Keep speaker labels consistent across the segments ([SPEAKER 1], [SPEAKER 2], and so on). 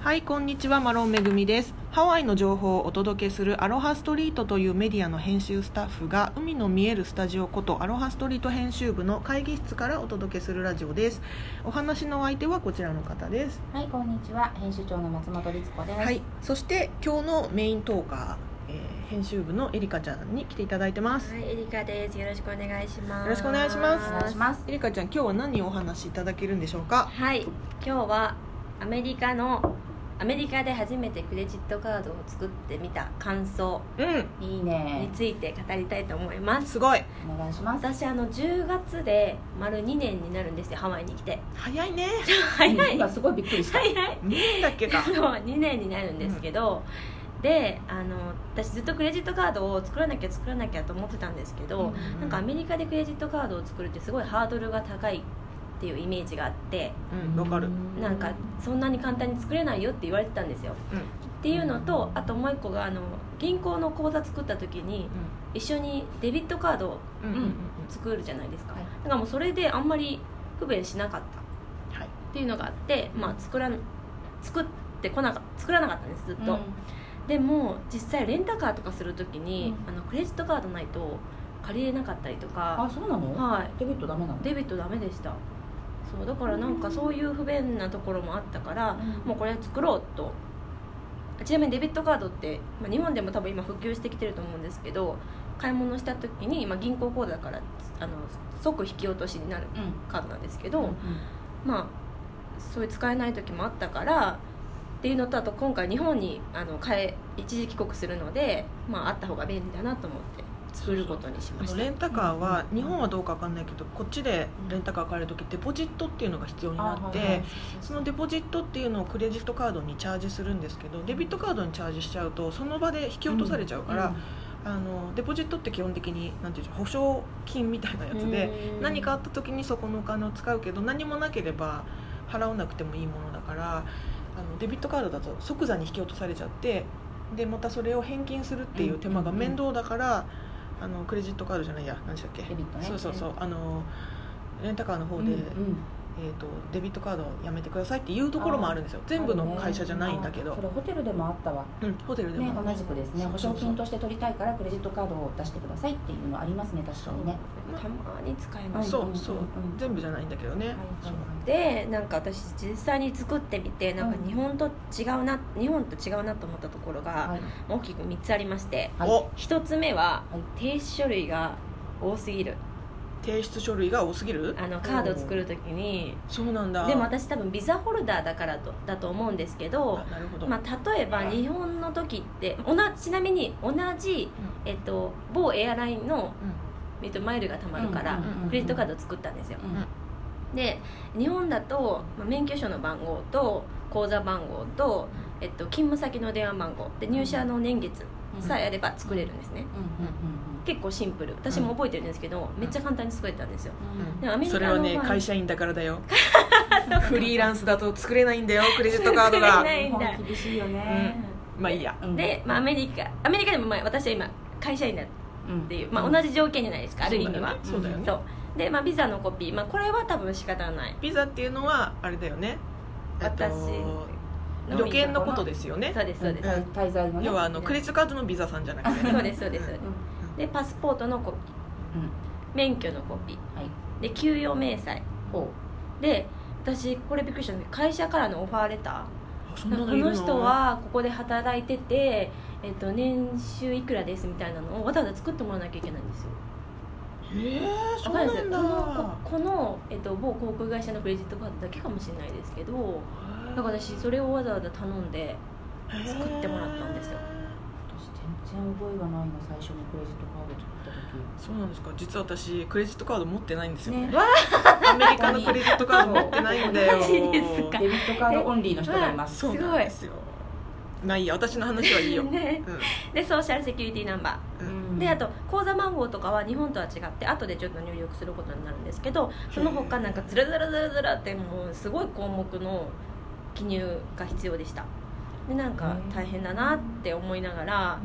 [SPEAKER 1] はいこんにちはマロンめぐみですハワイの情報をお届けするアロハストリートというメディアの編集スタッフが海の見えるスタジオことアロハストリート編集部の会議室からお届けするラジオですお話のお相手はこちらの方です
[SPEAKER 2] はい、こんにちは。編集長の松本律子です。
[SPEAKER 1] はいそして今日のメイントーカー、えー編集部のエリカちゃんに来ていただいてます
[SPEAKER 3] はい、エリカです。よろしくお願いします。
[SPEAKER 1] よろしくお願いしま
[SPEAKER 2] お願いします。
[SPEAKER 1] エリカちゃん今日は何をお話しいただけるんでしょうか
[SPEAKER 3] はい、今日はアメリカのアメリカで初めてクレジットカードを作ってみた感想
[SPEAKER 1] うん
[SPEAKER 2] いい
[SPEAKER 3] に
[SPEAKER 2] ね。
[SPEAKER 3] ついて語りたいと思います。
[SPEAKER 1] すごい
[SPEAKER 2] お願いします。
[SPEAKER 3] 私あの10月で丸2年になるんですよハワイに来て
[SPEAKER 1] 早いね
[SPEAKER 3] 早い
[SPEAKER 2] うん
[SPEAKER 3] 早
[SPEAKER 2] 今すごいびっくりした。
[SPEAKER 3] い早い
[SPEAKER 1] 何だっけか
[SPEAKER 3] そう2年になるんですけど、であの私ずっとクレジットカードを作らなきゃ作らなきゃと思ってたんですけど、
[SPEAKER 1] うん
[SPEAKER 3] なんかアメリカでクレジットカードを作るってすごいハードルが高いっていうイメージがあって、
[SPEAKER 1] うんわかる
[SPEAKER 3] なんかそんなに簡単に作れないよって言われてたんですよ、
[SPEAKER 1] うん
[SPEAKER 3] っていうのとあともう一個があの銀行の口座作った時に一緒にデビットカードを
[SPEAKER 1] うんうんうんうん
[SPEAKER 3] 作るじゃないですか、
[SPEAKER 2] はい
[SPEAKER 3] だからもうそれであんまり不便しなかったっ
[SPEAKER 1] はい
[SPEAKER 3] ていうのがあって、まあ、作らん作ってこなか作らなかったんですずっと、でも実際レンタカーとかする時に、
[SPEAKER 2] う
[SPEAKER 3] あのクレジットカードないと借りれなかったりと
[SPEAKER 2] あ、
[SPEAKER 3] か
[SPEAKER 2] そうなの？
[SPEAKER 3] はい
[SPEAKER 2] デビットダメなの？
[SPEAKER 3] デビットダメでしたそうだからなんかそういう不便なところもあったから、もうこれ作ろうとちなみにデビットカードって、まあ、日本でも多分今普及してきてると思うんですけど買い物した時に、まあ、銀行口座からあの即引き落としになる
[SPEAKER 2] うん。
[SPEAKER 3] カードなんですけ
[SPEAKER 2] う
[SPEAKER 3] ど、
[SPEAKER 2] ん。
[SPEAKER 3] まあそういう使えない時もあったからっていうのとあと今回日本にあの帰一時帰国するので、まあ、あった方が便利だなと思って作ることにし
[SPEAKER 1] あ
[SPEAKER 3] まし
[SPEAKER 1] の
[SPEAKER 3] た
[SPEAKER 1] レンタカーは日本はどうかわかんないけどこっちでレンタカー借りる時デポジットっていうのが必要になっ
[SPEAKER 2] あはいは
[SPEAKER 1] て
[SPEAKER 2] い
[SPEAKER 1] そのデポジットっていうのをクレジットカードにチャージするんですけどデビットカードにチャージしちゃうとその場で引き落とされちゃうから、あのデポジットって基本的になんていうんでしょう保証金みたいなやつで
[SPEAKER 3] うん
[SPEAKER 1] 何かあった時にそこのお金を使うけど何もなければ払わなくてもいいものだからあのデビットカードだと即座に引き落とされちゃってでまたそれを返金するっていう手間が面倒だから、あのクレジットカードじゃないや何でしたっけ
[SPEAKER 2] デビットね
[SPEAKER 1] そうそうそうあのレンタカーの方で、えー、とデビットカードやめてくださいっていうところもあるんですよ全部の会社じゃないんだけど、
[SPEAKER 2] あそれホテルでもあったわ。
[SPEAKER 1] うん、ホテルで
[SPEAKER 2] ね、
[SPEAKER 1] も、
[SPEAKER 2] 同じくですね。
[SPEAKER 1] そ
[SPEAKER 2] 保
[SPEAKER 1] うそうそう
[SPEAKER 2] 証金として取りたいからクレジットカードを出してくださいっていうのありますね。確かにね。
[SPEAKER 3] たまに使い
[SPEAKER 2] うん
[SPEAKER 3] ます
[SPEAKER 1] そうそう全部じゃないんだけどね、そう
[SPEAKER 3] でなんか私実際に作ってみてなんか
[SPEAKER 2] うん
[SPEAKER 3] 日本と違うな、日本と違うなと思ったところが
[SPEAKER 2] はい
[SPEAKER 3] 大きく3つありまして
[SPEAKER 2] はい
[SPEAKER 1] お
[SPEAKER 3] 1つ目は
[SPEAKER 2] はい
[SPEAKER 3] 提出書類が多すぎる
[SPEAKER 1] 提出書類が多すぎる
[SPEAKER 3] あのカードを作る時に
[SPEAKER 1] そうなんだ
[SPEAKER 3] でも私多分ビザホルダーだからとだと思うんですけど
[SPEAKER 1] あ、なるほど、
[SPEAKER 3] まあ、例えば日本の時って同じちなみに同じ、えっと、某エアラインの、えっと、マイルがたまるから、
[SPEAKER 2] うんうんうんうん
[SPEAKER 3] クレジットカードを作ったんですよ、
[SPEAKER 2] うん
[SPEAKER 3] で日本だとまあ免許証の番号と口座番号と、えっと、勤務先の電話番号で入社の年月
[SPEAKER 2] うん
[SPEAKER 3] さえあれば作れるんですね、
[SPEAKER 2] うんうん
[SPEAKER 3] 結構シンプル私も覚えてるんですけど、めっちゃ簡単に作れたんですよ
[SPEAKER 2] うんうんうん。
[SPEAKER 3] でもアメリカ
[SPEAKER 1] そ
[SPEAKER 3] の
[SPEAKER 1] れはね
[SPEAKER 3] 場合
[SPEAKER 1] 会社員だからだ よフリーランスだと作れないんだよクレジットカード
[SPEAKER 3] 作れ
[SPEAKER 1] が
[SPEAKER 3] ない
[SPEAKER 2] 日本厳しいよね。
[SPEAKER 1] まあいいや
[SPEAKER 2] うん
[SPEAKER 3] で、まあ、アメリカアメリカでもまあ私は今会社員だっ
[SPEAKER 2] うん
[SPEAKER 3] ていう、まあ、同じ条件じゃないですかある意味は
[SPEAKER 1] そうだよねそうだよね
[SPEAKER 3] そうで、まあ、ビザのコピー、まあ、これは多分仕方ない
[SPEAKER 1] ビザっていうのはあれだよねえっと
[SPEAKER 3] 私の
[SPEAKER 1] 旅券のことですよね
[SPEAKER 3] そうですそうです、
[SPEAKER 2] 滞在のね
[SPEAKER 1] 要はあのクレジットカードのビザさんじゃなくて
[SPEAKER 3] そうですそうです
[SPEAKER 2] うん
[SPEAKER 3] でパスポートのコピー
[SPEAKER 2] うん
[SPEAKER 3] 免許のコピー
[SPEAKER 2] はい
[SPEAKER 3] で給与明細
[SPEAKER 2] ほ
[SPEAKER 3] で私これびっくりしたんです会社からのオファーレタ
[SPEAKER 1] あそん
[SPEAKER 3] ー
[SPEAKER 1] なの
[SPEAKER 3] こ
[SPEAKER 1] いる
[SPEAKER 3] の人はここで働いてて、えっと、年収いくらですみたいなのをわざわざ作ってもらわなきゃいけないんですよ
[SPEAKER 1] えー、そう
[SPEAKER 3] わかんないで
[SPEAKER 1] な
[SPEAKER 3] す
[SPEAKER 1] ん
[SPEAKER 3] この
[SPEAKER 1] だ
[SPEAKER 3] ここの、えっと、某航空会社のクレジットカードだけかもしれないですけどだから私それをわざわざ頼んで作ってもらったんですよ
[SPEAKER 2] う私全然覚えがないな最初にクレジットカード作った時
[SPEAKER 1] そうなんですか実は私クレジットカード持ってないんですよ、
[SPEAKER 2] ね
[SPEAKER 1] ね、アメリカのクレジットカード持ってないんだよ
[SPEAKER 3] マジですか
[SPEAKER 2] デビットカードオンリーの人がいます
[SPEAKER 1] そうなんですよまあいいや私の話はいい よ、
[SPEAKER 3] ね
[SPEAKER 1] うん
[SPEAKER 3] でソーシャルセキュリティナンバー
[SPEAKER 2] うん
[SPEAKER 3] であと口座番号とかは日本とは違って後でちょっと入力することになるんですけどその他なんかずらずらずらずらってもうすごい項目の記入が必要でしたでなんか大変だなって思いながら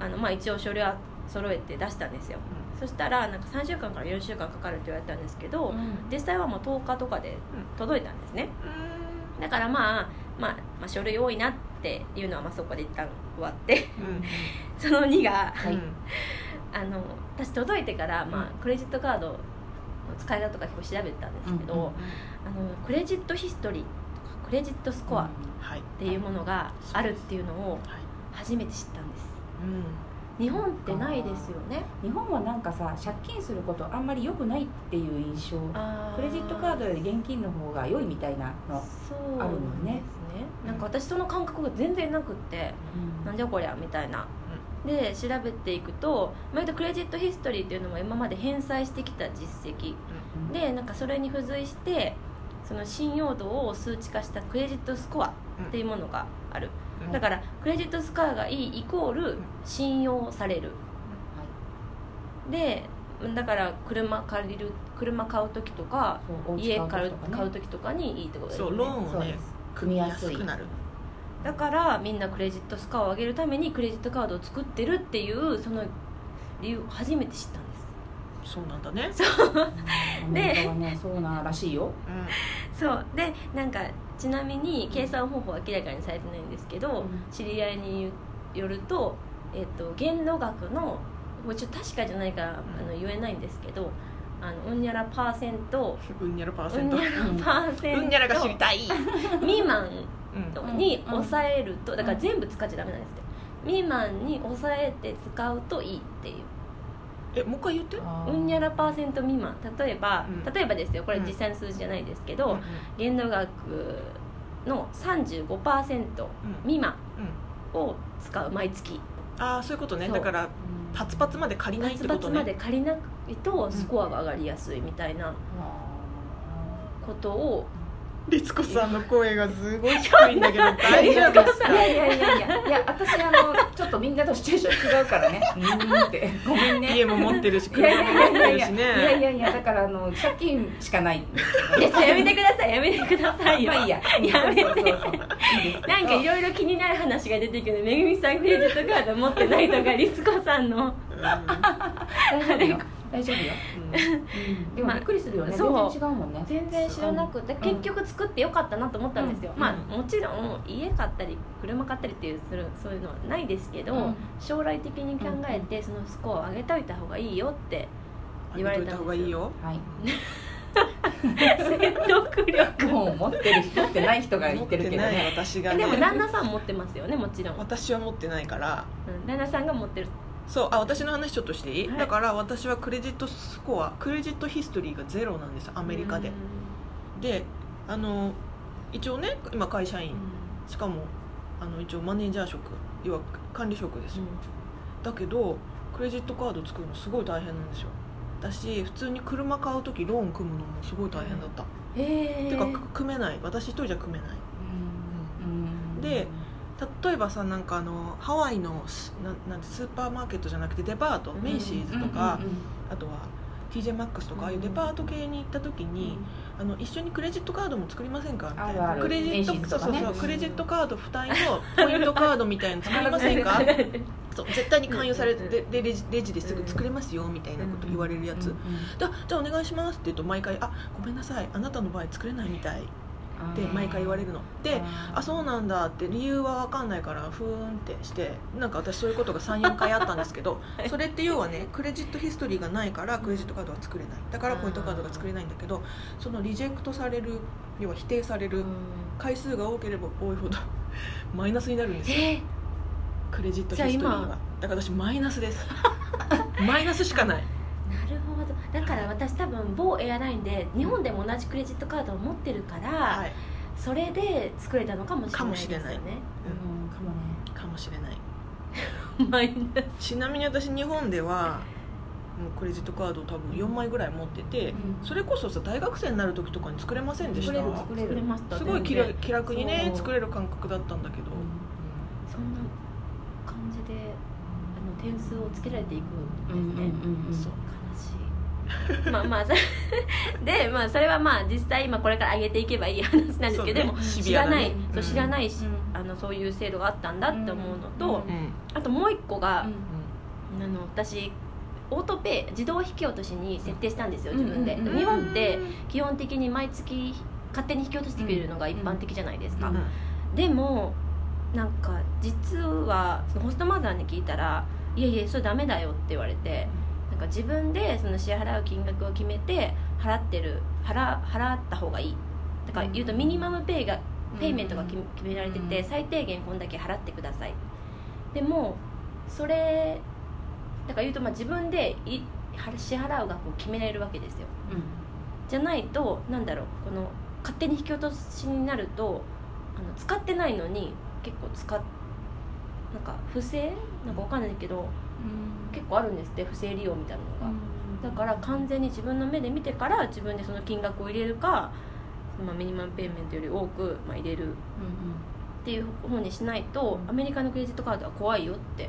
[SPEAKER 3] あの、まあ、一応書類は揃えて出したんですよそしたらなんか3週間から4週間かかるって言われたんですけど、
[SPEAKER 1] うん
[SPEAKER 3] 実際はもう10日とかで届いたんですね、
[SPEAKER 1] うん
[SPEAKER 3] だからまあまあ、まあ書類多いなっていうのはまあそこで一旦終わって
[SPEAKER 1] うん
[SPEAKER 3] その2が
[SPEAKER 2] はい
[SPEAKER 3] あの私届いてから、まあ、クレジットカードの使い方とか結構調べてたんですけど、
[SPEAKER 2] うんうん
[SPEAKER 3] あのクレジットヒストリーとかクレジットスコアっ
[SPEAKER 1] はい
[SPEAKER 3] ていうものがあるっていうのを
[SPEAKER 1] はい
[SPEAKER 3] 初めて知ったんです
[SPEAKER 1] うん
[SPEAKER 3] 日本ってないですよね
[SPEAKER 2] 日本はなんかさ借金することあんまり良くないっていう印象クレジットカードより現金の方が良いみたいなの、
[SPEAKER 3] そう
[SPEAKER 2] あるのね
[SPEAKER 3] ですねなんか私その感覚が全然なくってなんじゃこりゃみたいなで調べていくと毎度クレジットヒストリーっていうのも今まで返済してきた実績
[SPEAKER 2] うん
[SPEAKER 3] でなんかそれに付随してその信用度を数値化したクレジットスコアっていうものがある、
[SPEAKER 1] うん
[SPEAKER 3] だからクレジットスコアがいいイコール信用されるでだから車借りる車買う時とか
[SPEAKER 2] そう
[SPEAKER 3] 家
[SPEAKER 2] お家買
[SPEAKER 3] 買
[SPEAKER 2] う
[SPEAKER 3] う
[SPEAKER 2] 時とかね
[SPEAKER 3] 買う時とかにいいってことです
[SPEAKER 1] そ
[SPEAKER 3] よ
[SPEAKER 1] う
[SPEAKER 3] ね
[SPEAKER 1] ローンを
[SPEAKER 2] そう
[SPEAKER 1] ね
[SPEAKER 2] です
[SPEAKER 1] 組み
[SPEAKER 2] 組み
[SPEAKER 1] や
[SPEAKER 2] や
[SPEAKER 1] す
[SPEAKER 2] すい
[SPEAKER 1] くなる
[SPEAKER 3] だからみんなクレジットスコアを上げるためにクレジットカードを作ってるっていうその理由を初めて知ったんです
[SPEAKER 1] そうなんだね
[SPEAKER 2] アメリカはねそうなんらしいよ
[SPEAKER 1] うん
[SPEAKER 3] そうでなんかちなみに計算方法は明らかにされてないんですけど、
[SPEAKER 2] うん
[SPEAKER 3] 知り合いによると,、えっと限度額のもうちょっと確かじゃないからあの言えないんですけどあのうんにゃらパーセント
[SPEAKER 1] うんにゃらパー
[SPEAKER 3] う
[SPEAKER 1] セ
[SPEAKER 3] ん
[SPEAKER 1] ント
[SPEAKER 3] にゃらパーセント
[SPEAKER 1] うんにゃらが知りたい
[SPEAKER 3] 未満
[SPEAKER 1] うん
[SPEAKER 3] に抑えるとだから全部使っちゃダメなんですって未満に抑えて使うといいっていう
[SPEAKER 1] えもう一回言って
[SPEAKER 3] うんにゃらパーセント未満例えば、
[SPEAKER 1] うん
[SPEAKER 3] 例えばですよこれ
[SPEAKER 1] うん
[SPEAKER 3] 実際の数字じゃないですけ
[SPEAKER 1] う
[SPEAKER 3] ど、
[SPEAKER 1] ん
[SPEAKER 3] 限度額の35%
[SPEAKER 1] うん
[SPEAKER 3] 未満
[SPEAKER 1] うん
[SPEAKER 3] を使う毎月
[SPEAKER 1] ああそういうことね
[SPEAKER 3] そう
[SPEAKER 1] だからパツパツまで借りないって
[SPEAKER 3] 発
[SPEAKER 1] こと
[SPEAKER 3] 罰ま
[SPEAKER 1] ね
[SPEAKER 3] で借りないとスコアが上がりやすいみたいなこと を、
[SPEAKER 1] 律子さんの声がすごい低いんだけど大丈夫ですか
[SPEAKER 2] いやいやいやいやいや私あのちょっとみんなとシチュエーション違うからねうーんってごめんね
[SPEAKER 1] 家も持ってるし
[SPEAKER 2] いや
[SPEAKER 1] 車も持っ
[SPEAKER 2] い
[SPEAKER 1] て
[SPEAKER 2] やい
[SPEAKER 1] る
[SPEAKER 2] や
[SPEAKER 1] し
[SPEAKER 2] いやいやい
[SPEAKER 1] ね
[SPEAKER 2] やいやだからあの借金しかない
[SPEAKER 3] いややめてくださいやめてくださいよ
[SPEAKER 2] まあいいや
[SPEAKER 3] やめて
[SPEAKER 2] そうそうそういいです
[SPEAKER 3] なんかいろいろ気になる話が出てくるめぐみさんクレジットカード持ってないとかりつこさんの
[SPEAKER 2] 大丈夫よ大丈夫よ、
[SPEAKER 1] うん
[SPEAKER 2] でもびっくりするよね、
[SPEAKER 3] そう
[SPEAKER 2] 全然違うもんね
[SPEAKER 3] 全然知らなくて
[SPEAKER 2] うん
[SPEAKER 3] 結局作ってよかったなと思ったんですよ、
[SPEAKER 1] うん
[SPEAKER 3] まあもちろん家買ったり車買ったりっていうするそういうのはないですけど、
[SPEAKER 2] うん
[SPEAKER 3] 将来的に考えてそのスコアを上げといた方がいいよって
[SPEAKER 1] 言われた方がいいよ
[SPEAKER 2] はい
[SPEAKER 3] 説得力
[SPEAKER 2] もう持ってる人持ってない人が言ってるけど
[SPEAKER 1] 持ってない
[SPEAKER 2] ね
[SPEAKER 1] 私が
[SPEAKER 3] え
[SPEAKER 1] ね
[SPEAKER 3] でも旦那さん持ってますよねもちろん、
[SPEAKER 1] 私は持ってないから
[SPEAKER 3] うん旦那さんが持ってる
[SPEAKER 1] そうあ私の話ちょっとしていい、
[SPEAKER 3] はい
[SPEAKER 1] だから私はクレジットスコアクレジットヒストリーがゼロなんですアメリカで
[SPEAKER 3] うん、
[SPEAKER 1] であの一応ね今会社員しかもあの一応マネージャー職要は管理職ですよ、だけどクレジットカード作るのすごい大変なんですよ私普通に車買う時ローン組むのもすごい大変だった、
[SPEAKER 3] うんへえ
[SPEAKER 1] てかく組めない私一人じゃ組めない
[SPEAKER 2] うん
[SPEAKER 1] で例えばさなんかあのハワイのスなんなんてスーパーマーケットじゃなくてデパート、
[SPEAKER 3] うん
[SPEAKER 1] メイシーズとか、あとは TJ マックスとかああいうデパート系に行った時に、あの一緒にクレジットカードも作りませんかみたい
[SPEAKER 2] ある
[SPEAKER 1] な
[SPEAKER 2] ある
[SPEAKER 1] クレジット
[SPEAKER 2] メイシーズ
[SPEAKER 1] そう
[SPEAKER 2] と
[SPEAKER 1] そ
[SPEAKER 2] か
[SPEAKER 1] う
[SPEAKER 2] ね
[SPEAKER 1] そうクレジットカード付帯のポイントカードみたいなの作りません かそう絶対に勧誘されてででレジレジですぐ作れますよみたいなこと言われるやつ、だじゃあお願いしますって言うと毎回「あごめんなさいあなたの場合作れないみたい」って毎回言われるので「あそう
[SPEAKER 2] の
[SPEAKER 1] なんだ」って理由は分かんないからふーんってしてなんか私そういうことが34回あったんですけ どそれって要はねクレジットヒストリーがないからクレジットカードは作れないだからポイントカードが作れないんだけどそのリジェクトされる要は否定される回数が多ければ多いほど マイナスになるんですよ
[SPEAKER 3] え
[SPEAKER 1] クレジットヒストリー
[SPEAKER 3] じゃあ
[SPEAKER 1] はだから私マイナスです マイナスしかない
[SPEAKER 3] なるほどだから私多分某エアラインで日本でも同じクレジットカードを持ってるから、
[SPEAKER 1] はい
[SPEAKER 3] それで作れたのかもしれないですよ
[SPEAKER 1] かもしれな
[SPEAKER 3] ね
[SPEAKER 2] うんかもね
[SPEAKER 1] かもしれない
[SPEAKER 3] マイナス
[SPEAKER 1] ちなみに私日本ではもうクレジットカードを多分4枚ぐらい持っててそれこそさ大学生になる時とかに作れませんでし
[SPEAKER 2] 作れる
[SPEAKER 1] た
[SPEAKER 2] 作れ
[SPEAKER 3] 作れ
[SPEAKER 2] る
[SPEAKER 3] ました
[SPEAKER 1] すごい気楽気楽にね
[SPEAKER 3] そう
[SPEAKER 1] 作れる感覚だったんだけど、
[SPEAKER 3] そんな感じであの点数をつけられていくんですね、
[SPEAKER 1] そう
[SPEAKER 3] 悲しいまあまあ それで、まあ、それはまあ実際今これから上げていけばいい話なんです
[SPEAKER 1] そ
[SPEAKER 3] けど、
[SPEAKER 1] うね
[SPEAKER 3] でも
[SPEAKER 1] シ
[SPEAKER 3] 知
[SPEAKER 1] ビア
[SPEAKER 3] ら
[SPEAKER 1] だ
[SPEAKER 3] ない、
[SPEAKER 1] ね
[SPEAKER 3] そう知らないし、
[SPEAKER 2] うん
[SPEAKER 3] あのそういう制度があったんだって思うのと、
[SPEAKER 2] うん
[SPEAKER 3] あともう一個が、
[SPEAKER 2] うん
[SPEAKER 3] あの私オートペイ自動引き落としに設定したんですよ
[SPEAKER 2] うん
[SPEAKER 3] 自分で、
[SPEAKER 2] うん
[SPEAKER 3] 日本って基本的に毎月勝手に引き落としてくれるのが一般的じゃないですか、
[SPEAKER 2] うん
[SPEAKER 3] でもなんか実はそのホストマザーに聞いたら「いやいやそれダメだよ」って言われてなんか自分でその支払う金額を決めて払ってる払払った方がいいだから言うとミニマムペイがペイメントが決め決められてて、
[SPEAKER 1] うん
[SPEAKER 3] 最低限こんだけ払ってくださいでもそれだから言うとまあ自分でいは支払う額を決めれるわけですよじゃないとなんだろうこの勝手に引き落としになるとあの使ってないのに結構使っなんか不正なんかわかんないけど結構あるんですって不正利用みたいなのが、だから完全に自分の目で見てから自分でその金額を入れるか、まあ、ミニマムペイメントより多く、まあ、入れるっていう方にしないとアメリカのクレジットカードは怖いよって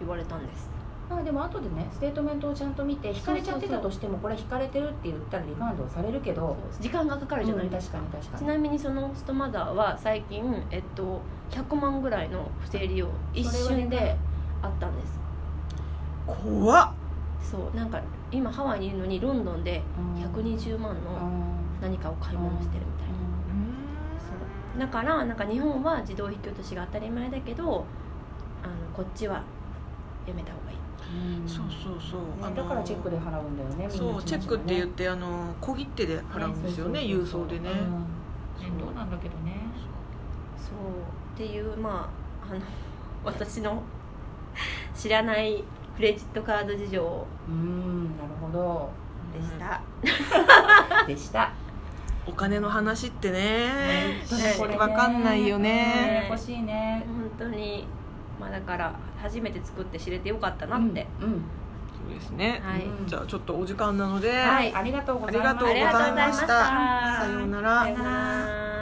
[SPEAKER 3] 言われたんです
[SPEAKER 2] まあでも後でねステートメントをちゃんと見て引かれちゃってたとしてもこれ引かれてるって言ったらリファンドはされるけど
[SPEAKER 3] 時間がかかるじゃないです
[SPEAKER 2] 確
[SPEAKER 3] か
[SPEAKER 2] かに確か
[SPEAKER 3] ち
[SPEAKER 2] に
[SPEAKER 3] なみにそのホストマザーは最近、えっと、100万ぐらいの不正利用一
[SPEAKER 2] それは
[SPEAKER 3] 瞬
[SPEAKER 2] ね
[SPEAKER 3] であったんです
[SPEAKER 1] 怖っ
[SPEAKER 3] そうなんか今ハワイにいるのにロンドンで120万の何かを買い物してるみたいなそうだからなんか日本は自動引き落としが当たり前だけどあのこっちはやめた方がいい
[SPEAKER 1] そうそうそう、あ
[SPEAKER 2] ね
[SPEAKER 1] の
[SPEAKER 2] だからチェックで払うんだよねみん
[SPEAKER 1] そ
[SPEAKER 2] な
[SPEAKER 1] うチェックって言っ
[SPEAKER 2] ね
[SPEAKER 1] てあの小切手で払うんですよね郵送でね、
[SPEAKER 2] うん面倒なんだけどね
[SPEAKER 3] そうっていうまああの私の 知らないクレジットカード事情
[SPEAKER 2] うんなるほど
[SPEAKER 3] でした、
[SPEAKER 2] でした
[SPEAKER 1] お金の話ってね
[SPEAKER 3] 当にこれ
[SPEAKER 1] わかんないよね
[SPEAKER 2] 欲しいね
[SPEAKER 3] 本当にまあだから初めて作って知れてよかったなって、
[SPEAKER 2] うん
[SPEAKER 1] そうですね、
[SPEAKER 3] はい、
[SPEAKER 2] うん
[SPEAKER 1] じゃあちょっとお時間なので、
[SPEAKER 3] はい
[SPEAKER 2] ありがとうご
[SPEAKER 1] あ
[SPEAKER 2] ざ
[SPEAKER 1] り
[SPEAKER 2] いま
[SPEAKER 1] が
[SPEAKER 2] す
[SPEAKER 1] とうございました
[SPEAKER 3] ありがとうございました
[SPEAKER 1] さようなら
[SPEAKER 3] さようなら